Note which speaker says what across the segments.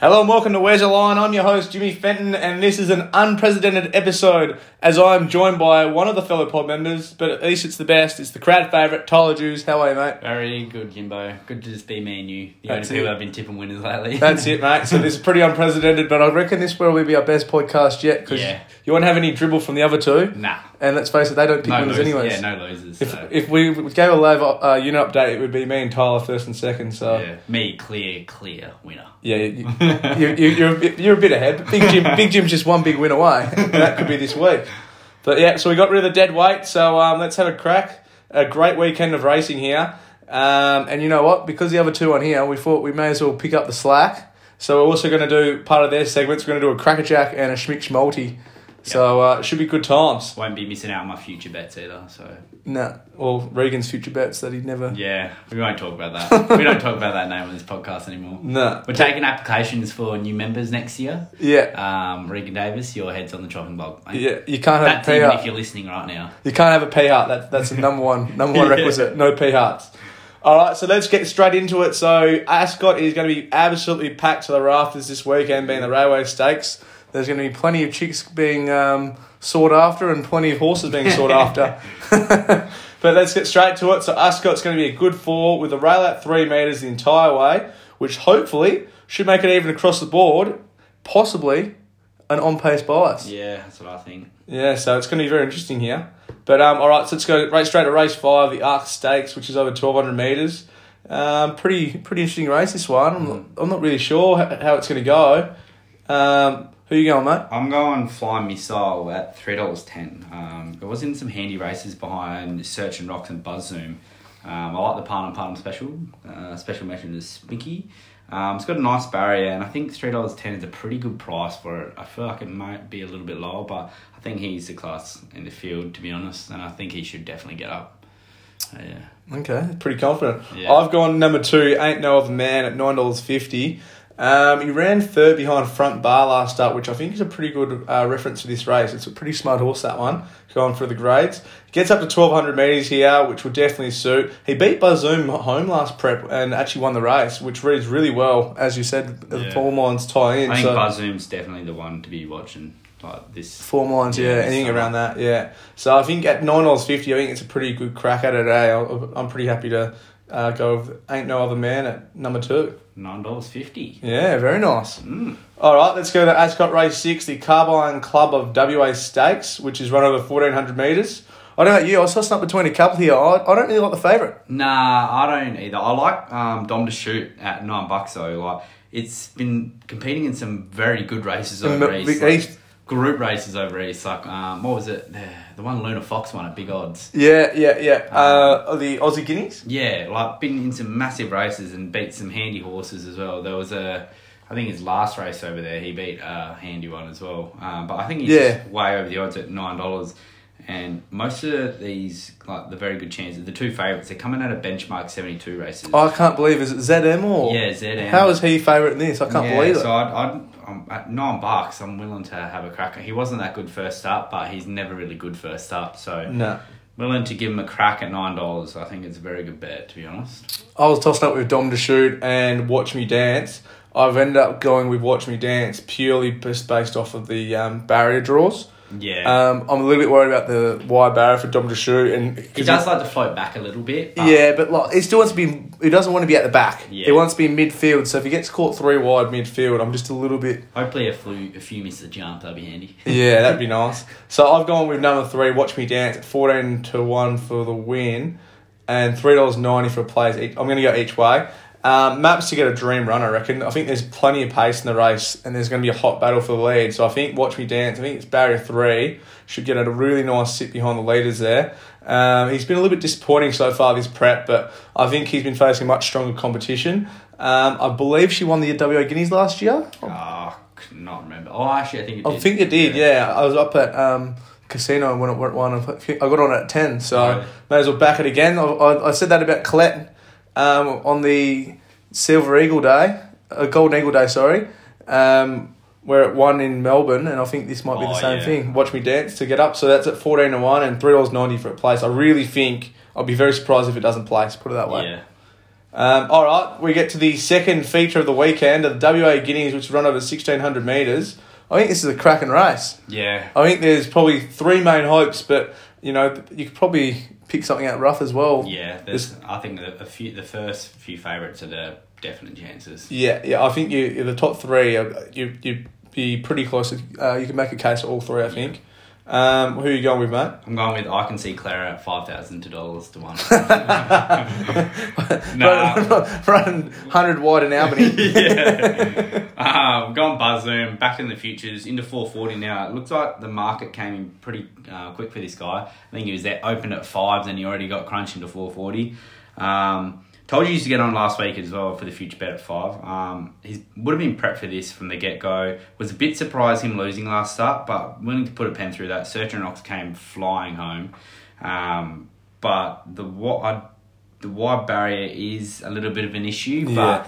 Speaker 1: Hello and welcome to Where's the Line? I'm your host, Jimmy Fenton, and this is an unprecedented episode as I'm joined by one of the fellow pod members, but at least it's the best. It's the crowd favourite, Tyler Jews. How are you, mate?
Speaker 2: Very good, Jimbo. Good to just be me and you. The
Speaker 1: That's
Speaker 2: only people
Speaker 1: it.
Speaker 2: I've been tipping winners lately.
Speaker 1: That's it, mate. So this is pretty unprecedented, but I reckon this will be our best podcast yet because
Speaker 2: Yeah.
Speaker 1: you won't have any dribble from the other two.
Speaker 2: nah.
Speaker 1: And let's face it, they don't pick
Speaker 2: No
Speaker 1: winners
Speaker 2: losers.
Speaker 1: anyways.
Speaker 2: Yeah, no losers.
Speaker 1: If,
Speaker 2: so.
Speaker 1: if we gave a live uh, unit update, it would be me and Tyler first and second. So
Speaker 2: yeah. Me, clear, clear winner.
Speaker 1: Yeah, you, you, you, you're, a bit, you're a bit ahead. But Big Jim, Big Jim's just one big win away. And that could be this week. But yeah, so we got rid of the dead weight. So um, let's have a crack. A great weekend of racing here. Um, and you know what? Because the other two on here, we thought we may as well pick up the slack. So we're also going to do part of their segments. We're going to do a crackerjack and a schmick schmalti. So uh, it should be good times.
Speaker 2: Won't be missing out on my future bets either, so.
Speaker 1: Nah, well, Regan's future bets that he'd never.
Speaker 2: Yeah, we won't talk about that. we don't talk about that name on this podcast anymore.
Speaker 1: Nah,
Speaker 2: We're taking applications for new members next year.
Speaker 1: yeah,
Speaker 2: Um, Regan Davis, your head's on the chopping block. mate.
Speaker 1: yeah. You can't have
Speaker 2: That's
Speaker 1: a pay
Speaker 2: even
Speaker 1: up.
Speaker 2: if you're listening right now.
Speaker 1: You can't have a pee heart. That, that's the number one number one
Speaker 2: Yeah.
Speaker 1: requisite. No pee hearts. All right, so let's get straight into it. So Ascot is going to be absolutely packed to the rafters this weekend, being the Railway Stakes. There's going to be plenty of chicks being um, sought after and plenty of horses being sought after. but let's get straight to it. So Ascot's going to be a good four with the rail at three metres the entire way, which hopefully should make it even across the board, possibly an on-pace bias.
Speaker 2: Yeah, that's what I think.
Speaker 1: Yeah, so it's going to be very interesting here. But um, all right, so let's go right straight to race five, the Arc Stakes, which is over twelve hundred meters. Um, pretty pretty interesting race this one. I'm not, I'm not really sure how, how it's going to go. Um, who you going, mate?
Speaker 2: I'm going Fly Missile at three dollars ten. Um, it was in some handy races behind Search and Rocks and Buzz Zoom. Um, I like the Parnum Parnum special. Uh, special mention is Spinky. Um, it's got a nice barrier, and I think three dollars ten is a pretty good price for it. I feel like it might be a little bit lower, but I think he's the class in the field to be honest, and I think he should definitely get up. Uh, yeah.
Speaker 1: Okay, pretty confident.
Speaker 2: Yeah.
Speaker 1: I've gone number two, ain't no other man at nine dollars fifty. Um, he ran third behind Front Bar last up, which I think is a pretty good uh, reference to this race. It's a pretty smart horse that one, going for the grades. Gets up to twelve hundred meters here, which will definitely suit. He beat Bazoom home last prep and actually won the race, which reads really well, as you said. The
Speaker 2: Yeah.
Speaker 1: form lines tie in.
Speaker 2: I think
Speaker 1: so-
Speaker 2: Buzz Zoom's definitely the one to be watching. Like this.
Speaker 1: Four mines, yeah,
Speaker 2: Yeah,
Speaker 1: anything
Speaker 2: so-
Speaker 1: around that, yeah. So I think at nine dollars fifty, I think it's a pretty good crack at it. Eh? I'll- I'm pretty happy to uh, go. With Ain't no other man at number two.
Speaker 2: Nine dollars fifty.
Speaker 1: Yeah, very nice.
Speaker 2: Mm.
Speaker 1: All right, let's go to Ascot Race Six, the Carbine Club of WA Stakes, which is run over fourteen hundred meters. I don't know about you. I was tossing up between a couple here. I, I don't really like the favourite.
Speaker 2: Nah, I don't either. I like um, Dom to shoot at nine bucks though. Like it's been competing in some very good races
Speaker 1: In
Speaker 2: over
Speaker 1: the-
Speaker 2: east,
Speaker 1: the
Speaker 2: like,
Speaker 1: East.
Speaker 2: group races over east. Like um, what was it? The, the one Luna Fox won at big odds.
Speaker 1: Yeah, yeah, yeah. Uh, the Aussie Guineas.
Speaker 2: Yeah, like been in some massive races and beat some handy horses as well. There was a, I think his last race over there, he beat a handy one as well. Um, but I think he's
Speaker 1: Yeah.
Speaker 2: just way over the odds at nine dollars. And most of these, like the very good chances, the two favourites, they're coming out of benchmark seventy two races.
Speaker 1: I can't believe is it ZM or
Speaker 2: Yeah, ZM.
Speaker 1: How is he favourite in this? I can't
Speaker 2: yeah,
Speaker 1: believe it.
Speaker 2: So I'd, I'd, I'm at nine bucks. I'm willing to have a crack. He wasn't that good first up, but he's never really good first up. So
Speaker 1: no.
Speaker 2: willing to give him a crack at nine dollars. I think it's a very good bet, to be honest.
Speaker 1: I was tossing up with Dom to shoot and Watch Me Dance. I've ended up going with Watch Me Dance purely just based off of the um, barrier draws.
Speaker 2: Yeah,
Speaker 1: Um, I'm a little bit worried about the wide barrier for Dom to shoot, and
Speaker 2: he does like to float back a little bit. But
Speaker 1: yeah, but like he still wants to be. He doesn't want to be at the back.
Speaker 2: Yeah.
Speaker 1: He wants to be midfield. So if he gets caught three wide midfield, I'm just a little bit.
Speaker 2: Hopefully, a few a few miss the jump. That'd be handy.
Speaker 1: Yeah, that'd be nice. So I've gone with number three, Watch Me Dance, at fourteen to one for the win, and three dollars ninety for plays. Each. I'm going to go each way. Um, maps to get a dream run, I reckon. I think there's plenty of pace in the race, and there's going to be a hot battle for the lead. So I think Watch Me Dance. I think it's barrier three should get a really nice sit behind the leaders there. Um, he's been a little bit disappointing so far this prep, but I think he's been facing much stronger competition. Um, I believe she won the WA Guineas last year.
Speaker 2: Ah, could not remember. Oh, actually, I think it
Speaker 1: Oh. I
Speaker 2: did.
Speaker 1: think it did. Yeah. I was up at um, casino when it went one. I got on at ten, so
Speaker 2: Right.
Speaker 1: may as well back it again. I, I, I said that about Colette um, on the Silver Eagle Day, uh, Golden Eagle Day. Sorry, um, where it won in Melbourne, and I think this might be the
Speaker 2: Oh,
Speaker 1: same
Speaker 2: yeah.
Speaker 1: thing. Watch me dance to get up. So that's at fourteen to one and three dollars ninety for a place. I really think I'll be very surprised if it doesn't place. Put it that way.
Speaker 2: Yeah.
Speaker 1: Um, all right, we get to the second feature of the weekend of WA Guineas, which run over 1,600 metres. I think this is a cracking race.
Speaker 2: Yeah.
Speaker 1: I think there's probably three main hopes, but, you know, you could probably pick something out rough as well.
Speaker 2: Yeah, there's, I think the, a few, the first few favourites are the definite chances.
Speaker 1: Yeah, yeah, I think you the top three. uh, You you'd be pretty close. Uh, you can make a case for all three. I think. Um, who are you going with, mate?
Speaker 2: I'm going with I can see Clara at five thousand two dollars to one.
Speaker 1: Run- run- run hundred wide in Albany.
Speaker 2: yeah. Um, gone Buzzoom, back in the futures, into 440 now. It looks like the market came in pretty uh, quick for this guy. I think he was there, opened at fives, and he already got crunched into 440. Um, told you he used to get on last week as well for the future bet at five. Um, he would have been prepped for this from the get go. Was a bit surprised him losing last start, but willing to put a pen through that. Search and Ox came flying home. Um, but the what I the wide barrier is a little bit of an issue, but
Speaker 1: Yeah.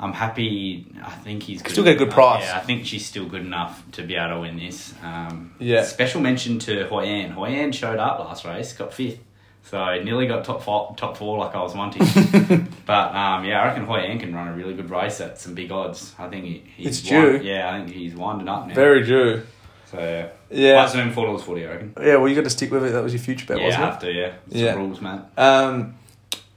Speaker 2: I'm happy. I think he's good.
Speaker 1: Still get a good price.
Speaker 2: yeah, I think she's still good enough to be able to win this. Um,
Speaker 1: Yeah.
Speaker 2: Special mention to Hoyan. Hoyan showed up last race, got fifth, so nearly got top four, top four like I was wanting. but um, yeah, I reckon Hoyan can run a really good race at some big odds. I think he, he's
Speaker 1: It's
Speaker 2: wind-
Speaker 1: due.
Speaker 2: Yeah, I think he's winding up now.
Speaker 1: Very due.
Speaker 2: so
Speaker 1: Yeah.
Speaker 2: I zoom four dollars forty. I reckon.
Speaker 1: Yeah. Well, you got to stick with it. That was your future bet,
Speaker 2: yeah,
Speaker 1: wasn't it?
Speaker 2: have to. Yeah, it's
Speaker 1: Yeah.
Speaker 2: the rules, man.
Speaker 1: Um,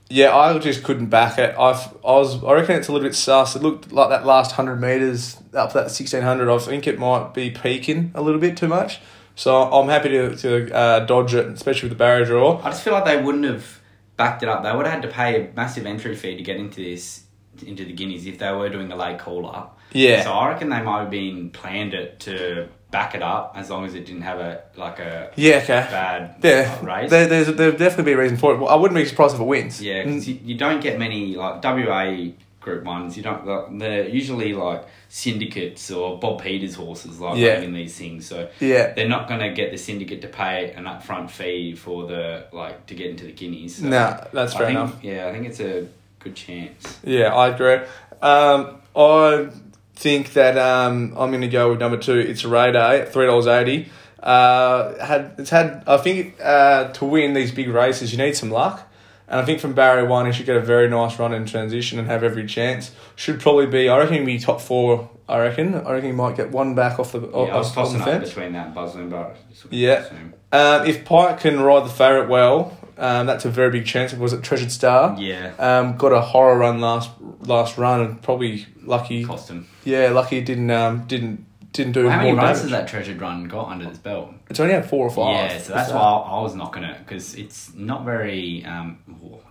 Speaker 1: yeah, I just couldn't back it. I I was I reckon it's a little bit sus. It looked like that last hundred meters up that sixteen hundred. I think it might be peaking a little bit too much. So I'm happy to to uh, dodge it, especially with the barrier draw.
Speaker 2: I just feel like they wouldn't have backed it up. They would have had to pay a massive entry fee to get into this, into the Guineas, if they were doing a late call up.
Speaker 1: Yeah.
Speaker 2: So I reckon they might have been planned it to back it up as long as it didn't have a like a
Speaker 1: Yeah. Okay.
Speaker 2: bad
Speaker 1: Yeah,
Speaker 2: uh, race.
Speaker 1: there, there's there definitely be a reason for it. Well, I wouldn't be surprised if it wins.
Speaker 2: Yeah,
Speaker 1: Mm,
Speaker 2: 'cause you, you don't get many like WA group ones. You don't. like, They're usually like syndicates or Bob Peters horses like
Speaker 1: Yeah.
Speaker 2: running these things. So
Speaker 1: yeah.
Speaker 2: they're not going to get the syndicate to pay an upfront fee for the like to get into the Guineas. So.
Speaker 1: Nah, that's
Speaker 2: I
Speaker 1: fair
Speaker 2: think,
Speaker 1: enough.
Speaker 2: Yeah, I think it's a good chance.
Speaker 1: Yeah, I agree. Um, I think that um, I'm going to go with number two. It's Radar at three dollars eighty. Uh, had it's had I think uh, to win these big races you need some luck, and I think from Barrier One he should get a very nice run in transition and have every chance. Should probably be I reckon he'll be top four. I reckon I reckon he might get one back off the
Speaker 2: Yeah,
Speaker 1: off,
Speaker 2: I was
Speaker 1: off Oh, the
Speaker 2: tossing up
Speaker 1: fence.
Speaker 2: between that and Buzzling, but it's
Speaker 1: Yeah.
Speaker 2: soon.
Speaker 1: Um, if Pike can ride the favourite well, um, that's a very big chance. Was it Treasured Star?
Speaker 2: yeah,
Speaker 1: Um, got a horror run last last run and probably lucky.
Speaker 2: cost him.
Speaker 1: Yeah, lucky it didn't um didn't didn't do
Speaker 2: How
Speaker 1: more
Speaker 2: many runs has
Speaker 1: damage.
Speaker 2: that treasured run got under its belt?
Speaker 1: It's only had four or five.
Speaker 2: Yeah, so that's why I I was knocking it because it's not very um,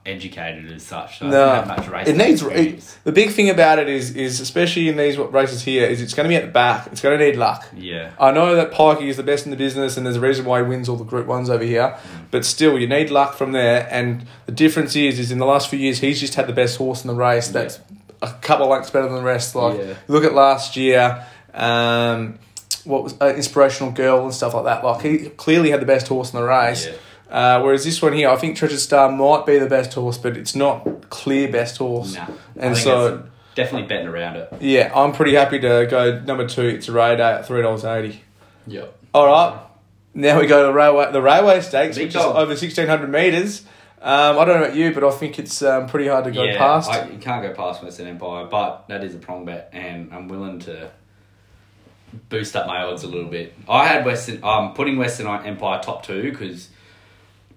Speaker 2: educated as such. So
Speaker 1: No.
Speaker 2: no, not much racing
Speaker 1: It needs it,
Speaker 2: experience.
Speaker 1: the big thing about it is is especially in these races here is it's going to be at the back. It's going to need luck.
Speaker 2: yeah,
Speaker 1: I know that Pikey is the best in the business, and there's a reason why he wins all the Group Ones over here. But still, you need luck from there. And the difference is, is in the last few years, he's just had the best horse in the race. That's a couple lengths better than the rest. Like
Speaker 2: Yeah.
Speaker 1: look at last year, um, what was uh, inspirational girl and stuff like that. Like he clearly had the best horse in the race.
Speaker 2: Yeah.
Speaker 1: Uh, whereas this one here, I think Treasure Star might be the best horse, but it's not clear best horse.
Speaker 2: nah.
Speaker 1: And
Speaker 2: I think
Speaker 1: so-
Speaker 2: it's definitely betting around it.
Speaker 1: Yeah, I'm pretty happy to go number two. It's Radar at three dollars eighty.
Speaker 2: Yeah,
Speaker 1: All right. Now we go to railway, the railway stakes,
Speaker 2: Big
Speaker 1: which
Speaker 2: dog.
Speaker 1: is over sixteen hundred meters. Um, I don't know about you, but I think it's um, pretty hard to go
Speaker 2: yeah,
Speaker 1: past.
Speaker 2: I, you can't go past Western Empire, but that is a prong bet, and I'm willing to boost up my odds a little bit. I had Western. I'm putting Western Empire top two because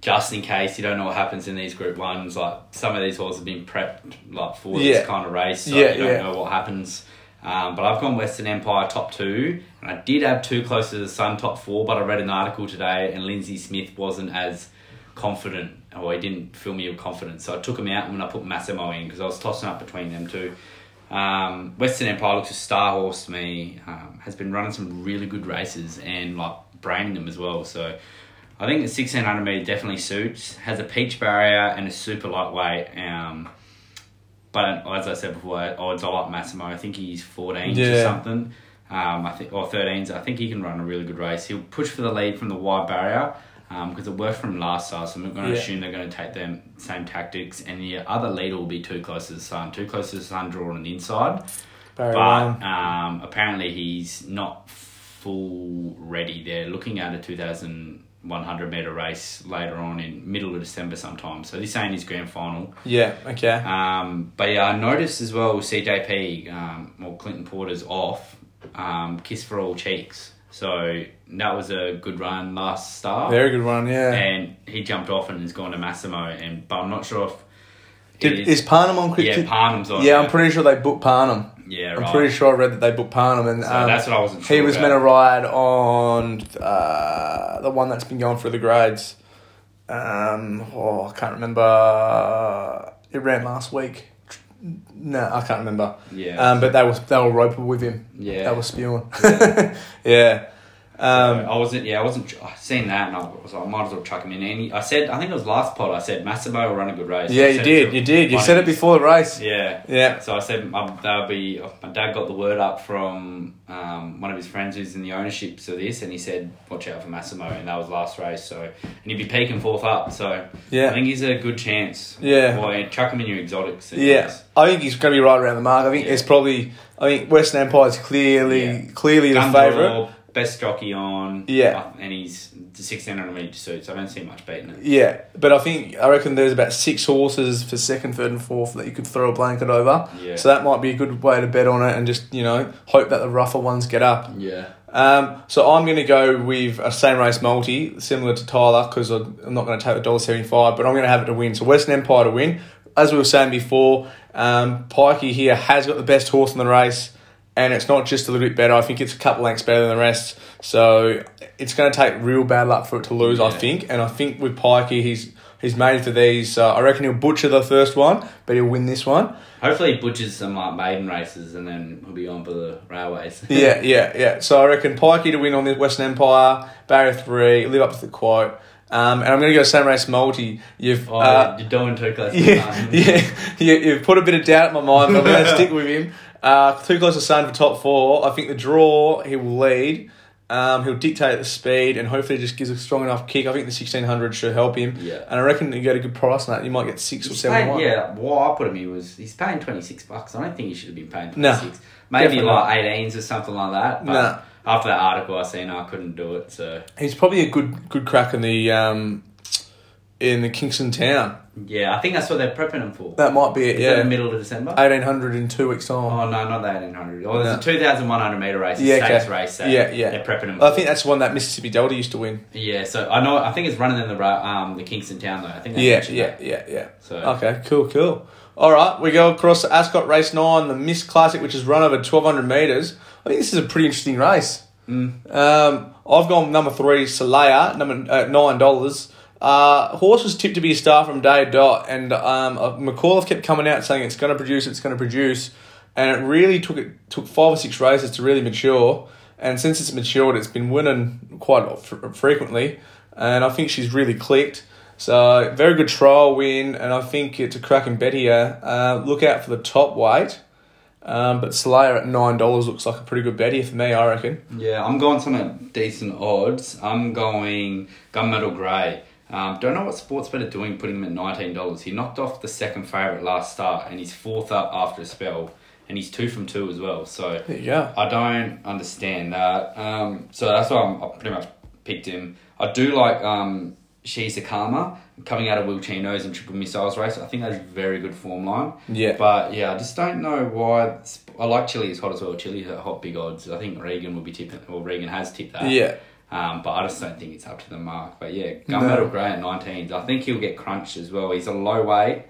Speaker 2: just in case you don't know what happens in these Group Ones, like some of these horses have been prepped like for
Speaker 1: Yeah.
Speaker 2: this kind of race, so
Speaker 1: Yeah,
Speaker 2: you don't
Speaker 1: yeah.
Speaker 2: know what happens. Um, but I've gone Western Empire top two, and I did have two close to the sun top four. But I read an article today, and Lindsay Smith wasn't as confident, or he didn't fill me with confidence. So I took him out, and when I put Massimo in, because I was tossing up between them two. Um, Western Empire looks a star horse to me. Um, has been running some really good races and like braining them as well. So I think the sixteen hundred meter definitely suits. Has a peach barrier and is super lightweight. Um, but as I said before, odds I like Massimo. I think he's fourteen
Speaker 1: Yeah.
Speaker 2: or something. Um, I think or thirteens. I think he can run a really good race. He'll push for the lead from the wide barrier because it worked from last time. So I'm going to
Speaker 1: Yeah.
Speaker 2: assume they're going to take them same tactics. And the other leader will be too close to the sun. Too close to the sun drawn on the inside.
Speaker 1: Barry
Speaker 2: But
Speaker 1: Ryan.
Speaker 2: um, apparently he's not full ready. They're looking at a 2000 100 meter race later on in middle of December sometime. So this ain't his grand final.
Speaker 1: Yeah. Okay.
Speaker 2: Um, but yeah, I noticed as well CJP, um, well, Clinton Porter's off, um, Kiss for All Cheeks. So that was a good run last start.
Speaker 1: Very good one. Yeah.
Speaker 2: And he jumped off and has gone to Massimo. And, but I'm not sure if. it
Speaker 1: Did, is, Parnham on quick?
Speaker 2: yeah,
Speaker 1: kick?
Speaker 2: Parnham's on.
Speaker 1: yeah, I'm pretty sure they booked Parnham.
Speaker 2: Yeah,
Speaker 1: I'm
Speaker 2: right.
Speaker 1: pretty sure I read that they booked Parnham, and
Speaker 2: So
Speaker 1: um,
Speaker 2: that's what I wasn't sure
Speaker 1: he was
Speaker 2: about.
Speaker 1: meant to ride on uh, the one that's been going through the grades. Um, oh, I can't remember. It ran last week. No, I can't remember.
Speaker 2: Yeah.
Speaker 1: Um, but they was they were roping with him.
Speaker 2: Yeah.
Speaker 1: They were spewing. Yeah. Um,
Speaker 2: I wasn't. Yeah, I wasn't I seen that, and I was like, I might as well chuck him in. And he, I said, I think it was last pod. I said Massimo will run a good race.
Speaker 1: yeah,
Speaker 2: I
Speaker 1: you
Speaker 2: said
Speaker 1: did.
Speaker 2: to
Speaker 1: You did. You
Speaker 2: one
Speaker 1: said
Speaker 2: of
Speaker 1: it
Speaker 2: his-
Speaker 1: before the race.
Speaker 2: Yeah.
Speaker 1: Yeah.
Speaker 2: So I said my, that'll be my dad got the word up from um, one of his friends who's in the ownership of this, and he said, "Watch out for Massimo," and that was last race. So and he'd be peaking fourth up. So
Speaker 1: Yeah.
Speaker 2: I think he's a good chance.
Speaker 1: Yeah.
Speaker 2: Well, chuck him in your exotics. and
Speaker 1: Yeah,
Speaker 2: just
Speaker 1: I think he's going to be right around the mark. I think it's probably. I think Western Empire's clearly
Speaker 2: Yeah.
Speaker 1: clearly the
Speaker 2: gun
Speaker 1: favourite.
Speaker 2: draw, Best jockey on. uh,
Speaker 1: Yeah.
Speaker 2: And he's sixteen hundred meter suits. I don't see much beating it.
Speaker 1: Yeah, but I think I reckon there's about six horses for second, third, and fourth that you could throw a blanket over.
Speaker 2: Yeah.
Speaker 1: So that might be a good way to bet on it, and just you know hope that the rougher ones get up.
Speaker 2: Yeah.
Speaker 1: Um, so I'm going to go with a same race multi, similar to Tyler, because I'm I'm not going to take the dollar seventy five, but I'm going to have it to win. So Western Empire to win. As we were saying before, um, Pikey here has got the best horse in the race, and it's not just a little bit better. I think it's a couple lengths better than the rest. So it's going to take real bad luck for it to lose, I
Speaker 2: Yeah.
Speaker 1: think. And I think with Pikey, he's he's made for these. So I reckon he'll butcher the first one, but he'll win this one.
Speaker 2: Hopefully, he butchers some like maiden races, and then he'll be on for the railways.
Speaker 1: yeah, yeah, yeah. So I reckon Pikey to win on the Western Empire, Barrier 3, live up to the quote. Um, and I'm going to go same race multi. You've,
Speaker 2: Oh,
Speaker 1: uh,
Speaker 2: you're doing too close. to
Speaker 1: yeah,
Speaker 2: time.
Speaker 1: yeah, you, you've put a bit of doubt in my mind, but I'm going to stick with him. Uh, too close to sun for top four. I think the draw, he will lead. Um, he'll dictate the speed and hopefully just gives a strong enough kick. I think the 1600 should help him.
Speaker 2: Yeah.
Speaker 1: And I reckon you get a good price on that. You might get six or
Speaker 2: He's
Speaker 1: seven. to
Speaker 2: paid-
Speaker 1: one.
Speaker 2: yeah, what I put him in was he's paying twenty six bucks. I don't think he should have been paying
Speaker 1: No,
Speaker 2: twenty six. Maybe
Speaker 1: definitely
Speaker 2: like eighteens or something like that. But
Speaker 1: No.
Speaker 2: after that article I seen, I couldn't do it. So
Speaker 1: He's probably a good good crack in the, um, in the Kingston Town.
Speaker 2: yeah, I think that's what they're prepping him for.
Speaker 1: That might be it,
Speaker 2: Is
Speaker 1: yeah. Uh,
Speaker 2: that the middle of December?
Speaker 1: 1800 in two weeks' time.
Speaker 2: Oh no, not the eighteen hundred. Oh, there's
Speaker 1: No.
Speaker 2: a two thousand one hundred meter race, a
Speaker 1: Yeah,
Speaker 2: stakes
Speaker 1: okay.
Speaker 2: race. That
Speaker 1: Yeah, yeah.
Speaker 2: They're prepping him.
Speaker 1: I think that's the one that Mississippi Delta used to win.
Speaker 2: yeah. So I know. I think it's running in the ra- um the Kingston Town though. I think. they
Speaker 1: Yeah,
Speaker 2: mentioned
Speaker 1: yeah,
Speaker 2: that.
Speaker 1: yeah, yeah.
Speaker 2: So
Speaker 1: Okay, cool, cool. All right, we go across to Ascot Race 9, the Miss Classic, which is run over 1,200 metres. I think this is a pretty interesting race. Um, I've gone number three, Salaya, number uh, $9. Uh, horse was tipped to be a star from day dot, and um, uh, McAuliffe kept coming out saying it's going to produce, it's going to produce, and it really took it took five or six races to really mature. And since it's matured, it's been winning quite a lot fr- frequently, and I think she's really clicked. So very good trial win, and I think it's a cracking bet here. Uh, look out for the top weight, um, but Slayer at nine dollars looks like a pretty good bet here for me. I reckon.
Speaker 2: Yeah, I'm going something decent odds. I'm going Gunmetal Grey. Um, don't know what sports bet are doing putting him at nineteen dollars. He knocked off the second favourite last start and he's fourth up after a spell and he's two from two as well. So
Speaker 1: There you go.
Speaker 2: I don't understand that. Um, so that's why I'm, I pretty much picked him. I do like um, She's a Karma coming out of Will Chino's and Triple Missiles race. I think that's very good form line.
Speaker 1: Yeah.
Speaker 2: But yeah, I just don't know why. it's- I like Chile is hot as well. Chile at hot big odds. I think Regan will be tipping, or Regan has tipped that.
Speaker 1: Yeah.
Speaker 2: Um, but I just don't think it's up to the mark. But yeah, Gunmetal Grey at 19s. I think he'll get crunched as well. He's a low weight,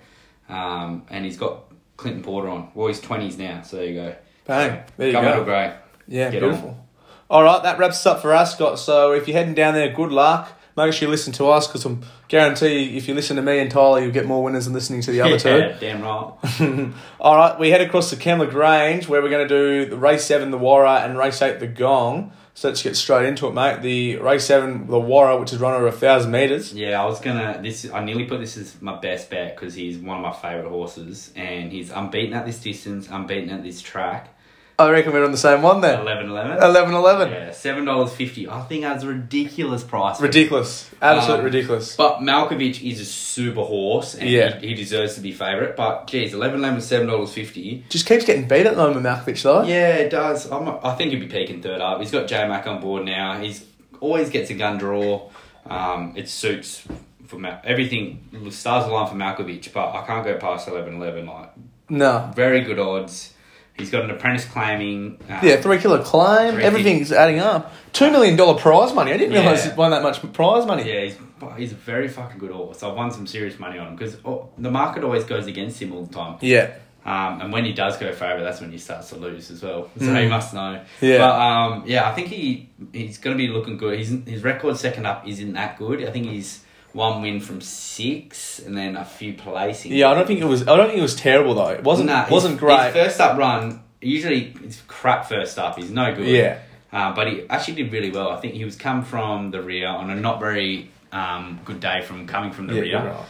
Speaker 2: um, and he's got Clinton Porter on. Well, he's 20s now, so there you go.
Speaker 1: Bang. There you
Speaker 2: Gunmetal
Speaker 1: go.
Speaker 2: Grey.
Speaker 1: Yeah,
Speaker 2: Get on.
Speaker 1: beautiful. All right, that wraps us up for Ascot. So if you're heading down there, good luck. Make sure you listen to us because I'm guarantee you, if you listen to me and Tyler, you'll get more winners than listening to the other two.
Speaker 2: Yeah, damn right.
Speaker 1: All right, we head across to Kenla Grange where we're going to do the race seven, the Warra, and race eight, the Gong. So let's get straight into it, mate. The race seven, the Warra, which is run over a thousand meters.
Speaker 2: Yeah, I was gonna. This I nearly put this as my best bet because he's one of my favorite horses, and he's unbeaten at this distance, unbeaten at this track.
Speaker 1: I reckon we're on the same one there.
Speaker 2: 11 11.
Speaker 1: 11 11.
Speaker 2: Yeah, $7.50. I think that's a ridiculous price.
Speaker 1: Ridiculous. Absolute
Speaker 2: Um,
Speaker 1: ridiculous.
Speaker 2: But Malkovich is a super horse, and
Speaker 1: Yeah.
Speaker 2: he, he deserves to be favourite. But geez, eleven lemon, seven dollars fifty.
Speaker 1: Just keeps getting beat at the moment, Malkovich, though.
Speaker 2: Yeah, it does. I'm, I think he'll be peaking third up. He's got J Mac on board now. He's always gets a gun draw. Um, it suits for Ma- everything. Stars align for Malkovich, but I can't go past 11-11. Like
Speaker 1: No.
Speaker 2: very good odds. He's got an apprentice claiming. Um,
Speaker 1: Yeah, three killer claim.
Speaker 2: Three
Speaker 1: Everything's adding up. Two million dollar prize money. I didn't
Speaker 2: Yeah.
Speaker 1: realize it won that much prize money.
Speaker 2: Yeah, he's, he's a very fucking good horse. I've won some serious money on him because oh, the market always goes against him all the time.
Speaker 1: Yeah.
Speaker 2: Um, and when he does go favourite, that's when he starts to lose as well. So he must know.
Speaker 1: Mm. Yeah.
Speaker 2: But um, yeah, I think he he's going to be looking good. He's, his record second up isn't that good. I think he's one win from six and then a few placings.
Speaker 1: Yeah, I don't think it was. I don't think it was terrible though. It wasn't.
Speaker 2: Nah, his-
Speaker 1: wasn't
Speaker 2: His
Speaker 1: great.
Speaker 2: first up run usually it's crap first up. He's no good.
Speaker 1: Yeah.
Speaker 2: Uh, but he actually did really well. I think he was come from the rear on a not very um, good day from coming from the
Speaker 1: yeah,
Speaker 2: rear.
Speaker 1: you're right.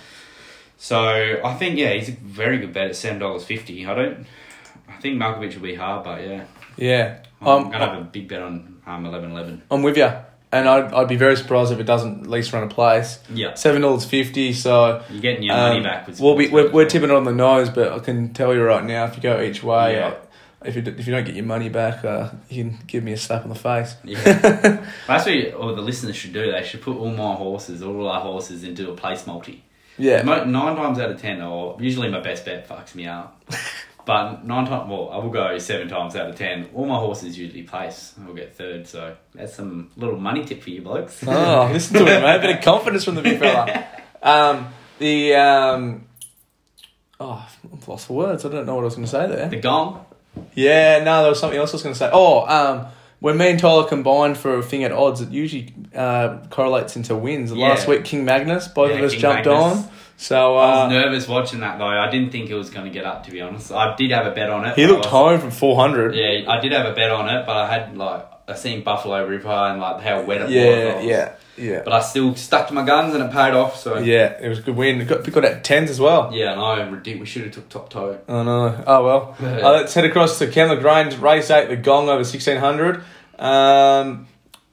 Speaker 2: So I think yeah, he's a very good bet at seven dollars fifty. I don't. I think Malkovich will be hard, but yeah,
Speaker 1: yeah.
Speaker 2: I'm
Speaker 1: Um,
Speaker 2: gonna have a big bet on um eleven eleven.
Speaker 1: I'm with you, and I'd, I'd be very surprised if it doesn't at least run a place.
Speaker 2: Yeah,
Speaker 1: Seven dollars fifty. So
Speaker 2: you're getting your
Speaker 1: um,
Speaker 2: money back. With
Speaker 1: we'll be we're, we're tipping it on the nose, but I can tell you right now, if you go each way,
Speaker 2: Yeah.
Speaker 1: uh, if you d- if you don't get your money back, uh, you can give me a slap on the face.
Speaker 2: Yeah. That's what you- all the listeners should do. They should put all my horses, all our horses, into a place multi.
Speaker 1: Yeah,
Speaker 2: Mo- nine times out of ten, or usually my best bet fucks me up. but nine times, well, I will go seven times out of ten. All my horses usually place. I'll get third, so that's some little money tip for you blokes.
Speaker 1: Oh, listen to it, mate. bit of confidence from the big fella. Um, the um, oh, I've lost the words. I don't know what I was going to say there.
Speaker 2: the gong.
Speaker 1: Yeah, no, there was something else I was going to say. Oh, um, when me and Tyler combine for a thing at odds, it usually uh, correlates into wins. Last
Speaker 2: Yeah.
Speaker 1: week, King Magnus, both
Speaker 2: Yeah,
Speaker 1: of us
Speaker 2: King
Speaker 1: jumped
Speaker 2: Magnus.
Speaker 1: on. So
Speaker 2: I was
Speaker 1: uh,
Speaker 2: nervous watching that though. I didn't think it was going to get up to be honest. I did have a bet on it.
Speaker 1: he
Speaker 2: but I
Speaker 1: looked
Speaker 2: was-
Speaker 1: home from four hundred.
Speaker 2: Yeah, I did have a bet on it, but I had like I seen Buffalo Ripper and like how wet it
Speaker 1: yeah,
Speaker 2: was.
Speaker 1: yeah, yeah,
Speaker 2: But I still stuck to my guns and it paid off. So yeah,
Speaker 1: yeah. It was a good win. Got got at tens as well.
Speaker 2: yeah no, ridiculous. We should have took top toe.
Speaker 1: Oh no! Oh well. Uh, let's head across to Ken Lagrange, race eight, the Gong over sixteen hundred. Um,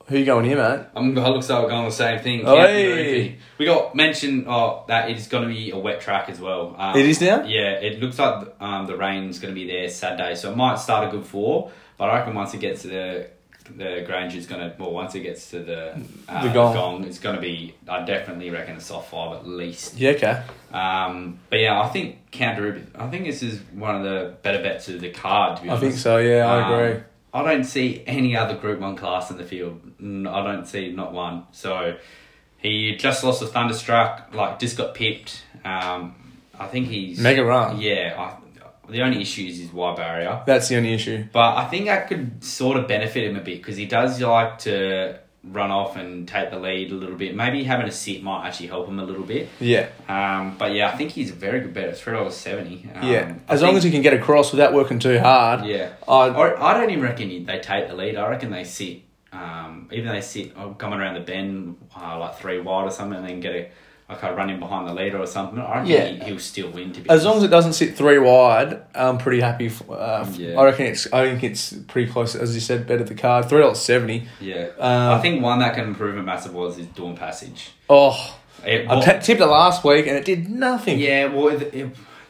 Speaker 1: who you going here, mate?
Speaker 2: I'm, I looks like we're going the same thing.
Speaker 1: Oi.
Speaker 2: Camp Groovy. We got mentioned oh, that it's going to be a wet track as well. Um,
Speaker 1: It is now?
Speaker 2: Yeah, it looks like um, the rain's going to be there Saturday, so it might start a good four, but I reckon once it gets to the the Grange is going to, well, once it gets to the, uh,
Speaker 1: The gong.
Speaker 2: it's going to be, I definitely reckon a soft five at least.
Speaker 1: Yeah, okay.
Speaker 2: Um, but yeah, I think Count Ruby, I think this is one of the better bets of the card, to be
Speaker 1: I
Speaker 2: honest.
Speaker 1: think so. Yeah, I
Speaker 2: Um,
Speaker 1: agree.
Speaker 2: I don't see any other Group One class in the field. N- I don't see not one. So he just lost to Thunderstruck. Like just got pipped. Um, I think he's
Speaker 1: Mega run.
Speaker 2: Yeah. I, the only issue is his wide barrier,
Speaker 1: That's the only issue.
Speaker 2: but I think that could sort of benefit him a bit because he does like to run off and take the lead a little bit. Maybe having a sit might actually help him a little bit.
Speaker 1: Yeah,
Speaker 2: Um, but yeah, I think he's a very good bet at three dollars seventy. Um,
Speaker 1: yeah.
Speaker 2: I
Speaker 1: As long
Speaker 2: think-
Speaker 1: as you can get across without working too hard.
Speaker 2: yeah.
Speaker 1: I,
Speaker 2: Or I don't even reckon you- they take the lead. I reckon they sit, um, even they sit oh, coming around the bend uh, like three wide or something, and then get a like I run in behind the leader or something. I reckon
Speaker 1: Yeah.
Speaker 2: he, he'll still win. To be
Speaker 1: as long as it doesn't sit three wide, I'm pretty happy. f uh, f-
Speaker 2: Yeah.
Speaker 1: I reckon it's. I think it's pretty close. As you said, better the card. Three dollars seventy.
Speaker 2: yeah,
Speaker 1: Um,
Speaker 2: I think one that can improve a massive was is Dawn Passage.
Speaker 1: Oh,
Speaker 2: It,
Speaker 1: I
Speaker 2: well,
Speaker 1: t- tipped it last week and it did nothing.
Speaker 2: yeah, well, it, it,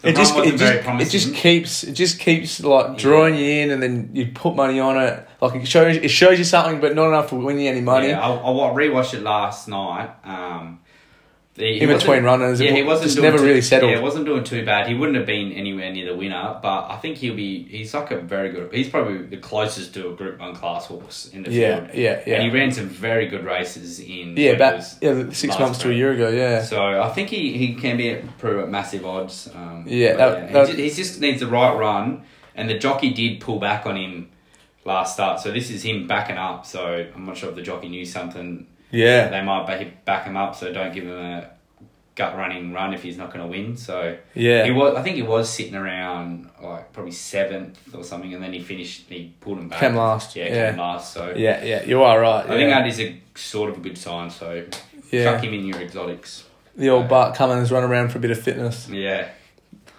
Speaker 2: the
Speaker 1: it
Speaker 2: run
Speaker 1: just
Speaker 2: wasn't
Speaker 1: it
Speaker 2: very
Speaker 1: just, it
Speaker 2: promising.
Speaker 1: just keeps it just keeps like drawing you in and then you put money on it like it shows it shows you something but not enough to win you any money
Speaker 2: Yeah, I, I wa- rewatched it last night. Um, he- he
Speaker 1: In between
Speaker 2: wasn't-
Speaker 1: runners, it
Speaker 2: yeah, he
Speaker 1: wa-
Speaker 2: wasn't
Speaker 1: just
Speaker 2: doing
Speaker 1: never
Speaker 2: too-
Speaker 1: really settled.
Speaker 2: Yeah, he wasn't doing too bad. He wouldn't have been anywhere near the winner, but I think he'll be. He's like a very good. He's probably the closest to a Group One class horse in the
Speaker 1: yeah
Speaker 2: field.
Speaker 1: yeah yeah
Speaker 2: And he ran some very good races in.
Speaker 1: yeah about
Speaker 2: Wales.
Speaker 1: yeah six
Speaker 2: last
Speaker 1: months to a
Speaker 2: round.
Speaker 1: year ago yeah
Speaker 2: So I think he, he can be at, pro at massive odds. Um,
Speaker 1: Yeah,
Speaker 2: but
Speaker 1: that-
Speaker 2: yeah,
Speaker 1: that-
Speaker 2: he, ju- he just needs the right run, and the jockey did pull back on him last start. So this is him backing up. So I'm not sure if the jockey knew something.
Speaker 1: yeah
Speaker 2: They might ba- back him up, so don't give him a gut running run if he's not going to win. So he
Speaker 1: yeah
Speaker 2: was. I think he was sitting around like probably seventh or something, and then he finished. He pulled him back.
Speaker 1: Came last,
Speaker 2: Yeah,
Speaker 1: yeah.
Speaker 2: came last. So
Speaker 1: yeah yeah you are right
Speaker 2: I think
Speaker 1: yeah.
Speaker 2: that is a sort of a good sign. So chuck
Speaker 1: yeah
Speaker 2: him in your exotics.
Speaker 1: the old Bart Cummins run around for a bit of fitness
Speaker 2: Yeah.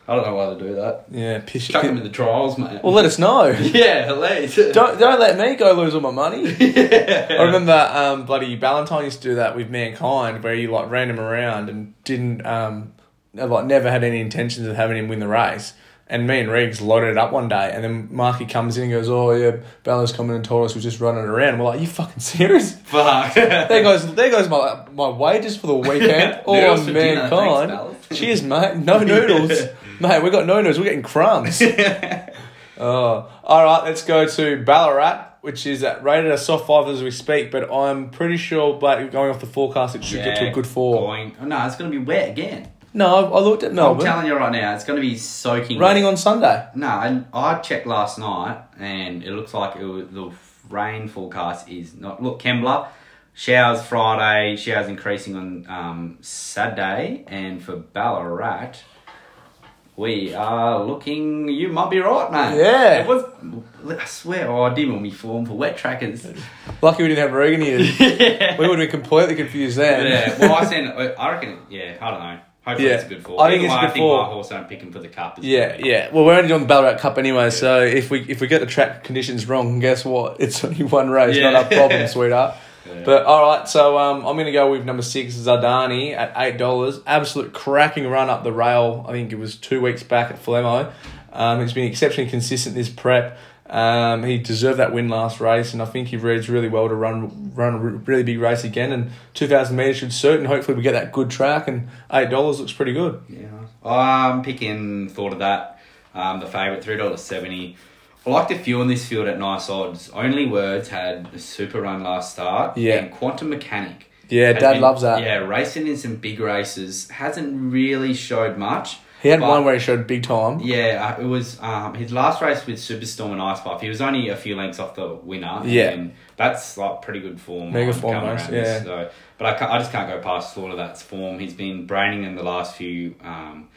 Speaker 2: I don't know why they do that.
Speaker 1: yeah piss
Speaker 2: Chuck him in the trials, mate.
Speaker 1: well let us know
Speaker 2: yeah, late.
Speaker 1: don't don't let me go lose all my money I remember um, bloody Ballantyne used to do that with Mankind, where he like ran him around and didn't um, like never had any intentions of having him win the race. And me and Riggs loaded it up one day, and then Marky comes in and goes, "Oh yeah, Bella's coming and told us we're just running around." We're like, "You fucking serious?"
Speaker 2: Fuck.
Speaker 1: There goes, there goes my my wages for the weekend.
Speaker 2: Noodles
Speaker 1: oh
Speaker 2: for dinner, thanks,
Speaker 1: mankind!
Speaker 2: fellas.
Speaker 1: Cheers, mate. No noodles, mate. We got no noodles. We're getting crumbs. Oh, all right. Let's go to Ballarat, which is at, rated a soft five as we speak. But I'm pretty sure, but going off the forecast, it should get to a good four.
Speaker 2: Going, oh, no, it's going to be wet again.
Speaker 1: No, I, I looked at
Speaker 2: I'm
Speaker 1: Melbourne.
Speaker 2: telling you right now, it's going to be soaking.
Speaker 1: Raining on Sunday.
Speaker 2: No, I, I checked last night, and it looks like it was, the rain forecast is not. Look, Kembla, showers Friday, showers increasing on um, Saturday, and for Ballarat, we are looking. You might be right, mate.
Speaker 1: Yeah.
Speaker 2: it was. I swear, oh, I did on me form for wet trackers.
Speaker 1: Lucky we didn't have Regan here.
Speaker 2: yeah.
Speaker 1: we would have been completely confused then.
Speaker 2: Well, I seen. I reckon. Yeah, I don't know. Hopefully,
Speaker 1: Yeah.
Speaker 2: it's a good fall.
Speaker 1: I think
Speaker 2: Either
Speaker 1: it's a
Speaker 2: way,
Speaker 1: good
Speaker 2: I think
Speaker 1: fall.
Speaker 2: my horse don't pick him for the cup. is
Speaker 1: Yeah,
Speaker 2: probably-
Speaker 1: yeah. Well, we're only doing the Ballarat Cup anyway, so if we if we get the track conditions wrong, guess what? It's only one race,
Speaker 2: Yeah.
Speaker 1: not a problem, sweetheart.
Speaker 2: Yeah.
Speaker 1: But all right, so um, I'm going to go with number six, Zadani at eight dollars. Absolute cracking run up the rail. I think it was two weeks back at Flemo. Um, he's been exceptionally consistent this prep. Um, he deserved that win last race, and I think he reads really well to run run a re- really big race again. And two thousand meters should suit, and hopefully we get that good track. And eight dollars looks pretty good.
Speaker 2: Yeah, I'm picking thought of that. Um, the favourite three dollars seventy. I like the fuel in this field at nice odds. Only Words had a super run last start.
Speaker 1: Yeah.
Speaker 2: And Quantum Mechanic.
Speaker 1: Yeah,
Speaker 2: has
Speaker 1: Dad
Speaker 2: been-
Speaker 1: loves that.
Speaker 2: Yeah, racing in some big races hasn't really showed much.
Speaker 1: He had
Speaker 2: but-
Speaker 1: one where he showed big time.
Speaker 2: Yeah, uh, it was um, his last race with Superstorm and Ice Buff. He was only a few lengths off the winner.
Speaker 1: Yeah.
Speaker 2: and that's like pretty good form.
Speaker 1: Mega
Speaker 2: on
Speaker 1: form
Speaker 2: come
Speaker 1: race,
Speaker 2: around this,
Speaker 1: yeah.
Speaker 2: So, but I, ca I just can't go past Slaughter that's form. He's been braining in the last few. Um,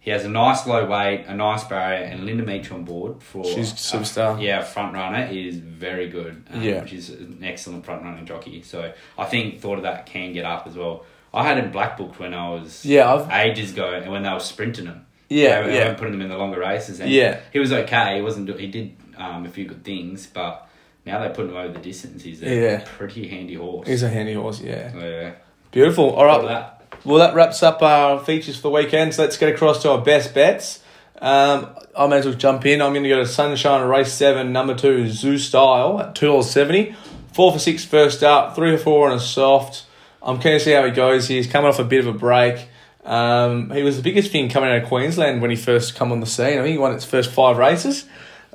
Speaker 2: he has a nice low weight, a nice barrier, and Linda Meach on board for.
Speaker 1: She's a superstar.
Speaker 2: yeah, front runner is very good. Um,
Speaker 1: Yeah.
Speaker 2: she's an excellent front running jockey. So I think thought of that can get up as well. I had him black booked when I was
Speaker 1: Yeah, I've-
Speaker 2: ages ago, and when they were sprinting him.
Speaker 1: Yeah,
Speaker 2: They were-
Speaker 1: yeah.
Speaker 2: they were putting them in the longer races. And
Speaker 1: Yeah.
Speaker 2: he was okay. He wasn't. do- He did um, a few good things, but now they put him over the distance. He's a
Speaker 1: Yeah.
Speaker 2: pretty handy horse.
Speaker 1: He's a handy horse, yeah.
Speaker 2: yeah.
Speaker 1: Beautiful. All
Speaker 2: Thought of
Speaker 1: right.
Speaker 2: that.
Speaker 1: Well, that wraps up our features for the weekend. So let's get across to our best bets. Um, I may as well jump in. I'm going to go to Sunshine Race 7, number 2, Zoo Style at $2.70. 4 for 6 first up, 3 for 4 on a soft. I'm keen to see how he goes. He's coming off a bit of a break. Um, he was the biggest thing coming out of Queensland when he first come on the scene. I think he won its first five races.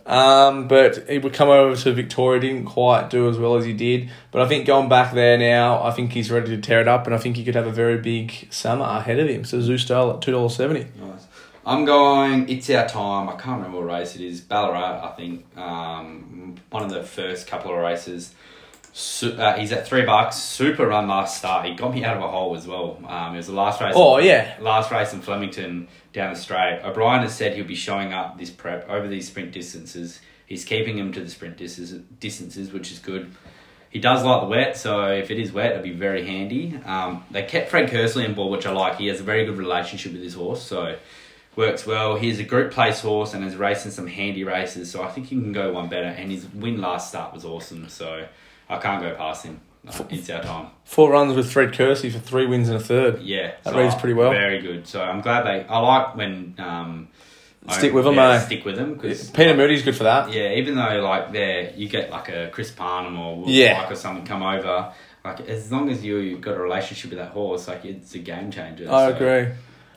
Speaker 1: Um, but he would come over to Victoria, didn't quite do as well as he did. But I think going back there now, I think he's ready to tear it up, and I think he could have a very big summer ahead of him. So Zoo Style at two dollars seventy.
Speaker 2: Nice. I'm going. It's our time. I can't remember what race it is. Ballarat, I think. Um, one of the first couple of races. Su- uh, he's at three bucks. Super run last start. He got me out of a hole as well. Um, it was the last race.
Speaker 1: Oh, yeah.
Speaker 2: Last race in Flemington down the straight. O'Brien has said he'll be showing up this prep over these sprint distances. He's keeping him to the sprint dis- distances, which is good. He does like the wet, so if it is wet, it'll be very handy. Um, they kept Fred Kersley on board, which I like. He has a very good relationship with his horse, so works well. He's a group place horse and is racing some handy races, so I think he can go one better. And his win last start was awesome, so I can't go past him. Uh, It's our time.
Speaker 1: Four runs with Fred Kersey for three wins and a third.
Speaker 2: Yeah,
Speaker 1: That reads pretty well.
Speaker 2: Very good. So I'm glad they. I like when um,
Speaker 1: Stick
Speaker 2: I-
Speaker 1: with 'em,
Speaker 2: yeah,
Speaker 1: eh?
Speaker 2: Stick with them because
Speaker 1: Peter Moody's good for that.
Speaker 2: yeah, even though like there you get like a Chris Parnham or Will
Speaker 1: Yeah.
Speaker 2: Pike or something come over, like as long as you you've got a relationship with that horse, like it's a game changer.
Speaker 1: I
Speaker 2: so-
Speaker 1: agree.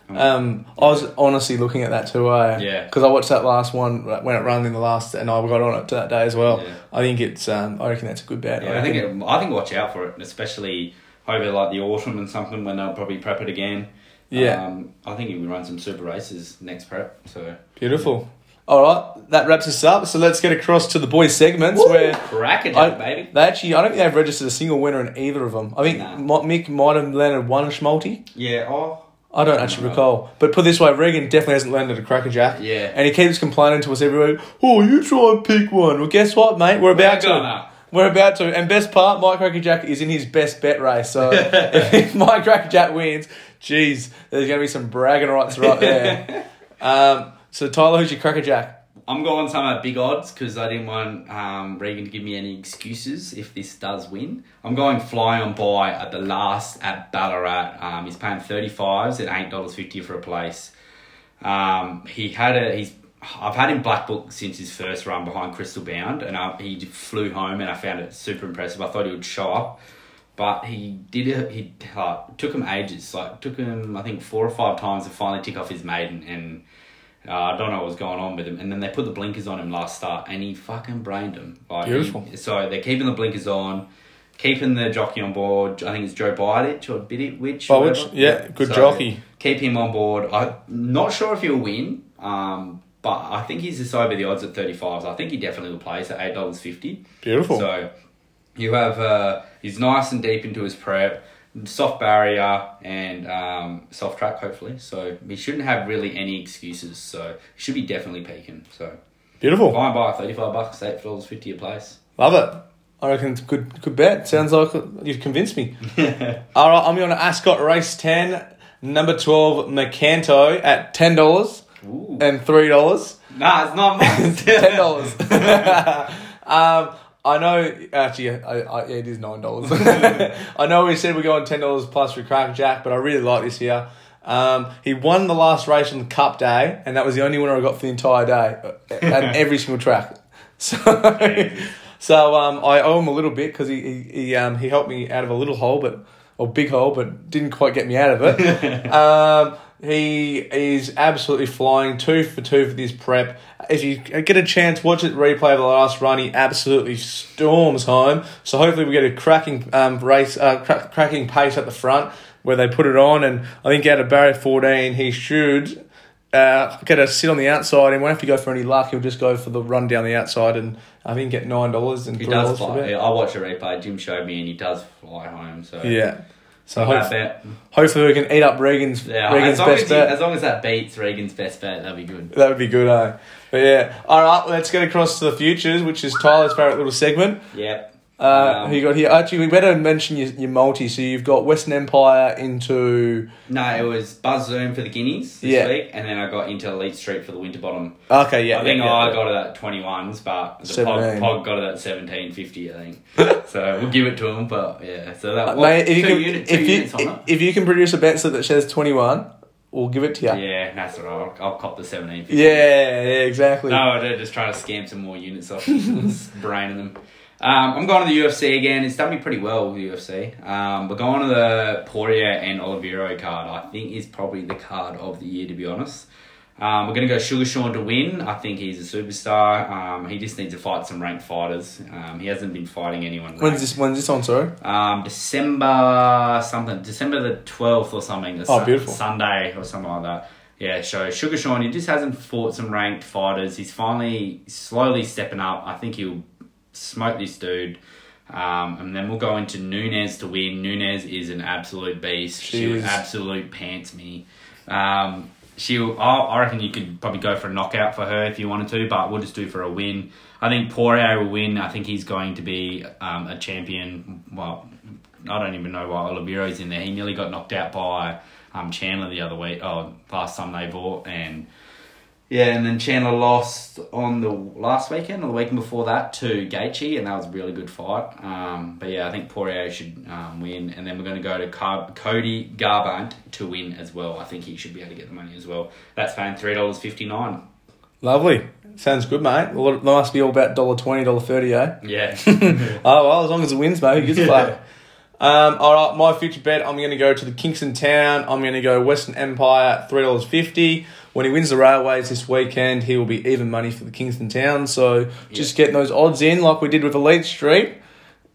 Speaker 2: Um,
Speaker 1: Um, I was honestly looking at that too. I
Speaker 2: Yeah.
Speaker 1: because I watched that last one like, when it ran in the last, and I got on it that day as well.
Speaker 2: Yeah.
Speaker 1: I think it's. Um, I reckon that's a good bet.
Speaker 2: Yeah, I think it, I think watch out for it, especially over like the autumn and something when they'll probably prep it again.
Speaker 1: Yeah.
Speaker 2: um, I think he will run some super races next prep. So
Speaker 1: beautiful. All right, that wraps us up. So let's get across to the boys segments where.
Speaker 2: crack it,
Speaker 1: I,
Speaker 2: baby.
Speaker 1: They actually, I don't think they've registered a single winner in either of them. I think
Speaker 2: Nah.
Speaker 1: Mi- Mick might have landed one schmalti.
Speaker 2: Yeah. Oh.
Speaker 1: I don't actually
Speaker 2: Nah.
Speaker 1: recall. But put this way, Regan definitely hasn't landed a cracker jack.
Speaker 2: Yeah.
Speaker 1: And he keeps complaining to us everywhere, oh, you try and pick one. Well, guess what, mate? We're about to.
Speaker 2: gonna.
Speaker 1: We're about to. And best part, Mike Cracker Jack is in his best bet race. So if Mike Cracker Jack wins, geez, there's going to be some bragging rights right there. um, so, Tyler, who's your Cracker Jack?
Speaker 2: I'm going some at big odds because I didn't want um, Regan to give me any excuses if this does win. I'm going fly on by at the last at Ballarat. Um, he's paying 35s at $8.50 for a place. Um, he had a he's I've had him black book since his first run behind Crystal Bound, and I, he flew home, and I found it super impressive. I thought he would show up, but he did. He uh, took him ages. Like took him, I think four or five times to finally tick off his maiden, and uh, I don't know what was going on with him. And then they put the blinkers on him last start, and he fucking brained him. Like, he-
Speaker 1: Beautiful.
Speaker 2: so they're keeping the blinkers on. Keeping the jockey on board, I think it's Joe Bidich or Bidich, which
Speaker 1: Oh, which-
Speaker 2: whatever.
Speaker 1: yeah, good
Speaker 2: So-
Speaker 1: jockey.
Speaker 2: keep him on board. I'm not sure if he'll win, um, but I think he's just over the odds at 35. So I think he definitely will play. So $8.50.
Speaker 1: Beautiful.
Speaker 2: So you have, uh, he's nice and deep into his prep, soft barrier and um, soft track, hopefully. So he shouldn't have really any excuses. So he should be definitely peaking. So
Speaker 1: Beautiful.
Speaker 2: buy and buy, 35 bucks, $8.50 a place.
Speaker 1: Love it. I reckon it's a good, good bet. Sounds like you've convinced me. All right, I'm on to Ascot Race 10, number 12, Macanto at $10
Speaker 2: Ooh.
Speaker 1: and $3.
Speaker 2: Nah, it's not much.
Speaker 1: ten dollars. um, I know. Actually, I, I, yeah, it is nine dollars. I know we said we're going ten dollars plus for Crack Jack, but I really like this here. Um, he won the last race on the Cup day, and that was the only winner I got for the entire day uh, at every single track. So, so um, I owe him a little bit because he he he, um, he helped me out of a little hole, but or big hole, but didn't quite get me out of it. um, he is absolutely flying two for two for this prep. If you get a chance, watch it replay of the last run. He absolutely storms home. So hopefully we get a cracking um, race, uh, cra- cracking pace at the front where they put it on. And I think out of barrier fourteen, he should uh, get a sit on the outside and won't have to go for any luck. He'll just go for the run down the outside and uh, I think get nine dollars and
Speaker 2: He
Speaker 1: three dollars
Speaker 2: does
Speaker 1: for
Speaker 2: fly.
Speaker 1: that.
Speaker 2: I watch a replay. Jim showed me, and he does fly home. So
Speaker 1: Yeah. So
Speaker 2: Bad
Speaker 1: hopefully,
Speaker 2: bet.
Speaker 1: hopefully we can eat up Regan's
Speaker 2: Yeah,
Speaker 1: Regan's
Speaker 2: as, long
Speaker 1: best
Speaker 2: as, you,
Speaker 1: bet.
Speaker 2: as long as that beats Regan's best bet, that'd be good.
Speaker 1: That would be good, eh? But yeah. All right, let's get across to the futures, which is Tyler's favourite little segment.
Speaker 2: Yep.
Speaker 1: Uh,
Speaker 2: Um,
Speaker 1: who you got here? Actually, we better mention your, your multi. So you've got Western Empire into.
Speaker 2: No, it was Buzz Zoom for the Guineas this
Speaker 1: Yeah.
Speaker 2: week, and then I got into Elite Street for the Winter Bottom.
Speaker 1: Okay, yeah.
Speaker 2: I think
Speaker 1: yeah,
Speaker 2: I
Speaker 1: yeah.
Speaker 2: got it at 21s, but the
Speaker 1: 17.
Speaker 2: Pog, Pog got it at 17.50, I think. so we'll give it to him, but yeah. So that
Speaker 1: Uh,
Speaker 2: was
Speaker 1: mate, if
Speaker 2: two,
Speaker 1: you can,
Speaker 2: unit, two
Speaker 1: if you,
Speaker 2: units on
Speaker 1: if, if you can produce a bet slip that says twenty one, we'll give it to you.
Speaker 2: it. Yeah, that's all right. I'll, I'll cop the 17.50.
Speaker 1: Yeah, yeah, exactly.
Speaker 2: No, they're just trying to scam some more units off, just braining them. Um, I'm going to the UFC again. It's done me pretty well with the UFC. Um, we're going to the Poirier and Oliveiro card. I think is probably the card of the year, to be honest. Um, we're going to go Sugar Sean to win. I think he's a superstar. Um, he just needs to fight some ranked fighters. Um, he hasn't been fighting anyone.
Speaker 1: When's
Speaker 2: ranked.
Speaker 1: this? When's this on? Sorry.
Speaker 2: Um, December something, December the twelfth or something. the
Speaker 1: Oh,
Speaker 2: Sun-
Speaker 1: beautiful.
Speaker 2: Sunday or something like that. Yeah, so Sugar Sean, he just hasn't fought some ranked fighters. He's finally slowly stepping up. I think he'll smoke this dude. Um, and then we'll go into Nunez to win. Nunez is an absolute beast. She
Speaker 1: Jeez.
Speaker 2: was absolute pants me. Um, she'll. I I reckon you could probably go for a knockout for her if you wanted to, but we'll just do for a win. I think Poirier will win. I think he's going to be um, a champion. Well, I don't even know why Oliveira's in there. He nearly got knocked out by um, Chandler the other week. Oh, last time they bought and. Yeah, and then Chandler lost on the last weekend or the weekend before that to Gaethje, and that was a really good fight. Um, but yeah, I think Poirier should um, win, and then we're going to go to Car- Cody Garbrandt to win as well. I think he should be able to get the money as well. That's paying three dollars fifty nine.
Speaker 1: Lovely. Sounds good, mate. Well, it must be all about dollar twenty, dollar thirty, eh?
Speaker 2: Yeah,
Speaker 1: Oh well, as long as it wins, mate, who gives a fuck? Um, all right, my future bet. I'm going to go to the Kingston Town. I'm going to go Western Empire, three dollars fifty. When he wins the railways this weekend, he will be even money for the Kingston Town. So just getting those odds in, like we did with Elite Street,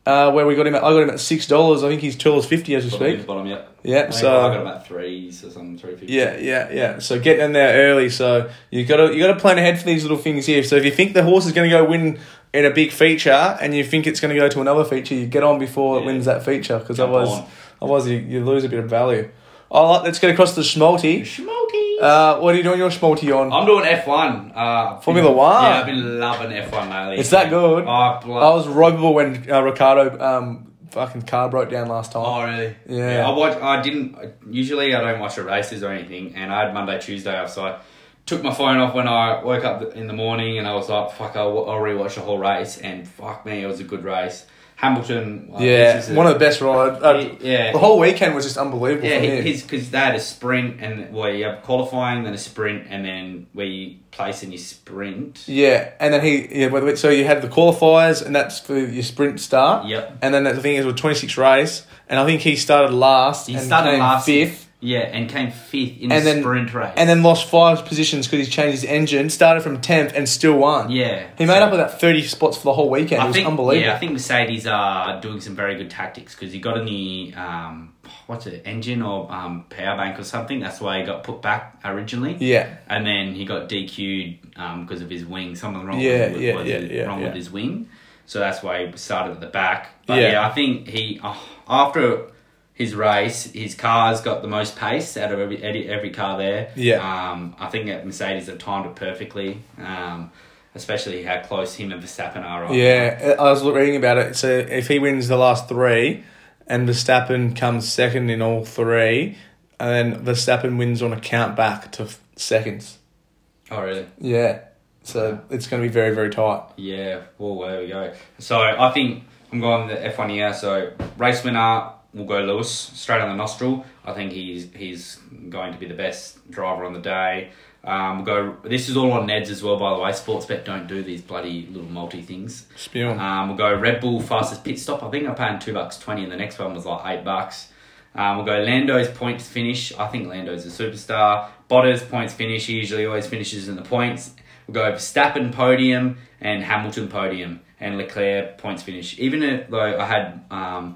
Speaker 1: uh, where we got him. At, I got him at six dollars. I think he's two dollars fifty as we speak.
Speaker 2: bottom, yeah.
Speaker 1: Yeah,
Speaker 2: I think
Speaker 1: so-
Speaker 2: I got him at threes or something, three fifty.
Speaker 1: Yeah, yeah, yeah. So getting in there early. So you got to you got to plan ahead for these little things here. So if you think the horse is going to go win in a big feature, and you think it's going to go to another feature, you get on before it
Speaker 2: Yeah.
Speaker 1: wins that feature because
Speaker 2: Jump
Speaker 1: otherwise,
Speaker 2: on.
Speaker 1: otherwise you, you lose a bit of value. All right, let's get across to Schmalti.
Speaker 2: Schmalti.
Speaker 1: Uh, what are you doing your Schmalti on?
Speaker 2: I'm doing F one. Uh,
Speaker 1: Formula One?
Speaker 2: Yeah, I've been loving F one lately.
Speaker 1: It's that good?
Speaker 2: Oh, blood.
Speaker 1: I was robbable when uh, Ricardo um fucking car broke down last time.
Speaker 2: Oh really?
Speaker 1: Yeah.
Speaker 2: I watch. I didn't. Usually, I don't watch the races or anything. And I had Monday, Tuesday off, so I took my phone off when I woke up in the morning, and I was like, "Fuck, I'll, I'll rewatch the whole race." And fuck me, it was a good race. Hamilton. uh,
Speaker 1: yeah,
Speaker 2: this is a-
Speaker 1: one of the best rides. Uh,
Speaker 2: He- yeah.
Speaker 1: the whole weekend was just unbelievable.
Speaker 2: Yeah,
Speaker 1: for
Speaker 2: he-
Speaker 1: him.
Speaker 2: his because they had a sprint and well, you have qualifying, then a sprint, and then where you place in your sprint.
Speaker 1: Yeah, and then he yeah. by the way, So you had the qualifiers, and that's for your sprint start.
Speaker 2: Yep.
Speaker 1: And then the thing is, with twenty six race, and I think he started last.
Speaker 2: He
Speaker 1: and
Speaker 2: started
Speaker 1: came
Speaker 2: last
Speaker 1: fifth,
Speaker 2: Yeah, and came fifth in
Speaker 1: And
Speaker 2: the
Speaker 1: then-
Speaker 2: sprint race.
Speaker 1: and then lost five positions because he changed his engine. Started from tenth and still won.
Speaker 2: yeah,
Speaker 1: He made
Speaker 2: so-
Speaker 1: up about thirty spots for the whole weekend. it was
Speaker 2: think,
Speaker 1: unbelievable.
Speaker 2: Yeah, I think Mercedes are doing some very good tactics because he got in the um, what's it, engine or um, power bank or something. That's why he got put back originally.
Speaker 1: Yeah.
Speaker 2: and then he got DQ'd because of his wing. Something wrong.
Speaker 1: Yeah,
Speaker 2: with,
Speaker 1: yeah,
Speaker 2: was
Speaker 1: yeah, yeah,
Speaker 2: wrong
Speaker 1: yeah.
Speaker 2: with his wing. So that's why he started at the back. But
Speaker 1: Yeah.
Speaker 2: yeah, I think he oh, after his race, his car's got the most pace out of every every, every car there.
Speaker 1: Yeah.
Speaker 2: Um, I think that Mercedes have timed it perfectly. Um, especially how close him and Verstappen are. Right
Speaker 1: Yeah, I I was reading about it. So if he wins the last three, and Verstappen comes second in all three, and then Verstappen wins on a count back to f- seconds.
Speaker 2: Oh really?
Speaker 1: Yeah. So it's going to be very very tight.
Speaker 2: Yeah. Well, there we go. So I think I'm going the F1 year. So race winner will go Lewis straight on the nostril. I think he's he's going to be the best driver on the day. Um, we'll go. This is all on Neds as well, by the way. Sportsbet don't do these bloody little multi things.
Speaker 1: Spiel.
Speaker 2: Um, we'll go Red Bull fastest pit stop. I think I'm paying two bucks twenty, and the next one was like eight bucks. Um, we'll go Lando's points finish. I think Lando's a superstar. Bottas points finish. He usually always finishes in the points. We'll go Verstappen podium and Hamilton podium and Leclerc points finish. Even if- though I had um,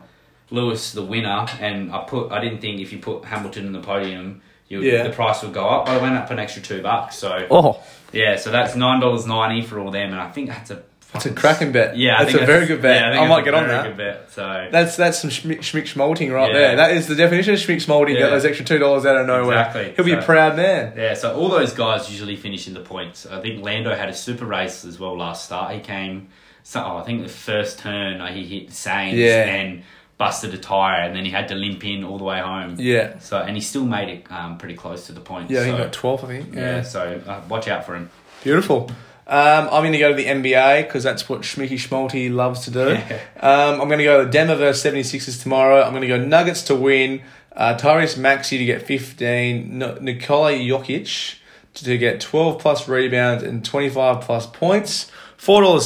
Speaker 2: Lewis the winner, and I put I didn't think if you put Hamilton in the podium, you,
Speaker 1: Yeah.
Speaker 2: the price would go up. But I went up an extra two bucks. So
Speaker 1: Oh,
Speaker 2: yeah, so that's nine dollars ninety for all them, and I think that's a
Speaker 1: it's a cracking bet.
Speaker 2: yeah, I
Speaker 1: that's
Speaker 2: think
Speaker 1: a very good bet.
Speaker 2: yeah, think
Speaker 1: I
Speaker 2: that's
Speaker 1: might
Speaker 2: a
Speaker 1: get on
Speaker 2: very
Speaker 1: that.
Speaker 2: Good bet. So
Speaker 1: That's that's some schmick, schmick schmalting right
Speaker 2: Yeah.
Speaker 1: there. That is the definition of schmick schmalting.
Speaker 2: Yeah.
Speaker 1: Get those extra two dollars out of nowhere.
Speaker 2: Exactly.
Speaker 1: He'll be a
Speaker 2: So-
Speaker 1: proud man.
Speaker 2: yeah, so all those guys usually finish in the points. I think Lando had a super race as well last start. He came, so oh, I think the first turn uh, he hit Sainz
Speaker 1: Yeah.
Speaker 2: and busted a tire, and then he had to limp in all the way home.
Speaker 1: Yeah.
Speaker 2: So and he still made it um, pretty close to the points.
Speaker 1: Yeah, I think
Speaker 2: so,
Speaker 1: he got twelve. I think.
Speaker 2: yeah. So uh, watch out for him.
Speaker 1: Beautiful. Um, I'm going to go to the NBA because that's what Schmicky Schmalti loves to do.
Speaker 2: Yeah.
Speaker 1: Um, I'm going to go to Denver versus 76ers tomorrow. I'm going to go Nuggets to win, uh, Tyrese Maxey to get 15, N- Nikola Jokic to get 12 plus rebounds and 25 plus points.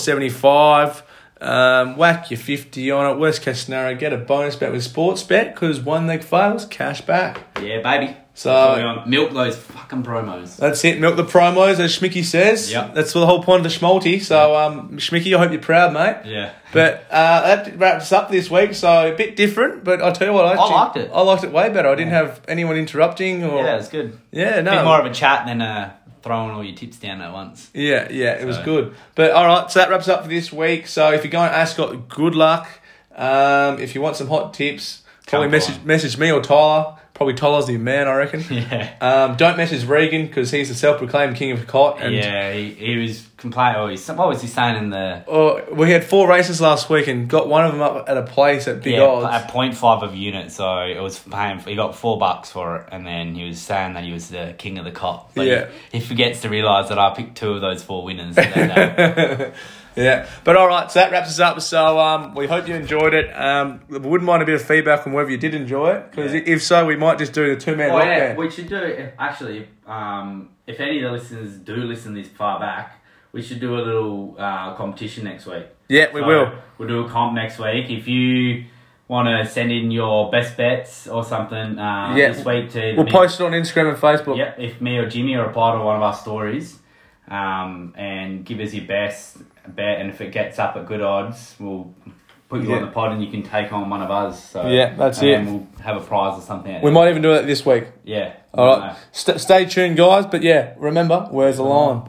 Speaker 1: $4.75. Um, whack your 50 on it. Worst case scenario, get a bonus bet with sports bet because one leg fails, cash back.
Speaker 2: Yeah, baby.
Speaker 1: So- Uh,
Speaker 2: That's what we want. milk those fucking promos.
Speaker 1: That's it. Milk the promos, as Schmicky says.
Speaker 2: Yep.
Speaker 1: That's the whole point of the Schmalti. So, um, Schmicky, I hope you're proud, mate.
Speaker 2: Yeah.
Speaker 1: But uh, that wraps up this week. So a bit different, but I tell you what, I, actually-
Speaker 2: liked it.
Speaker 1: I liked it way better. I didn't have anyone interrupting or
Speaker 2: Yeah, it's good.
Speaker 1: yeah,
Speaker 2: A bit more
Speaker 1: no,
Speaker 2: of a chat than uh, throwing all your tips down at once.
Speaker 1: yeah, yeah. It was
Speaker 2: So-
Speaker 1: good. But all right, so that wraps up for this week. So if you're going to Ascot, good luck. Um, if you want some hot tips, probably
Speaker 2: Come
Speaker 1: message message me or Tyler. Probably Tyler's the man, I reckon.
Speaker 2: Yeah.
Speaker 1: Um, don't message Regan because he's the self-proclaimed king of cot and.
Speaker 2: yeah, he, he was complaining. Oh, he's, what was he saying in the
Speaker 1: Oh, we had four races last week and got one of them up at a place at big
Speaker 2: yeah, um,
Speaker 1: odds.
Speaker 2: at point five of unit? So it was paying. He got four bucks for it, and then he was saying that he was the king of the cop. But he-
Speaker 1: Yeah.
Speaker 2: he, forgets to realize that I picked two of those four winners. that day.
Speaker 1: Yeah, but all right, so that wraps us up. So um, we hope you enjoyed it. Um, we wouldn't mind a bit of feedback on whether you did enjoy it because
Speaker 2: Yeah.
Speaker 1: if so, we might just do the two man
Speaker 2: oh yeah,
Speaker 1: lockdown.
Speaker 2: we should do if, actually. Um, if any of the listeners do listen this far back, we should do a little uh, competition next week.
Speaker 1: yeah, we
Speaker 2: So,
Speaker 1: will.
Speaker 2: We'll do a comp next week. If you want to send in your best bets or something uh,
Speaker 1: Yeah.
Speaker 2: this week to the
Speaker 1: We'll
Speaker 2: Min-
Speaker 1: post it on Instagram and Facebook.
Speaker 2: Yep, if me or Jimmy reply to one of our stories, um, and give us your best bet, and if it gets up at good odds, we'll put you
Speaker 1: Yeah.
Speaker 2: on the pod and you can take on one of us. So
Speaker 1: Yeah, that's
Speaker 2: and
Speaker 1: it.
Speaker 2: then we'll have a prize or something. at
Speaker 1: We
Speaker 2: the-
Speaker 1: might even do that this week.
Speaker 2: Yeah.
Speaker 1: All
Speaker 2: No.
Speaker 1: right, St- stay tuned, guys. But yeah, remember, where's the line?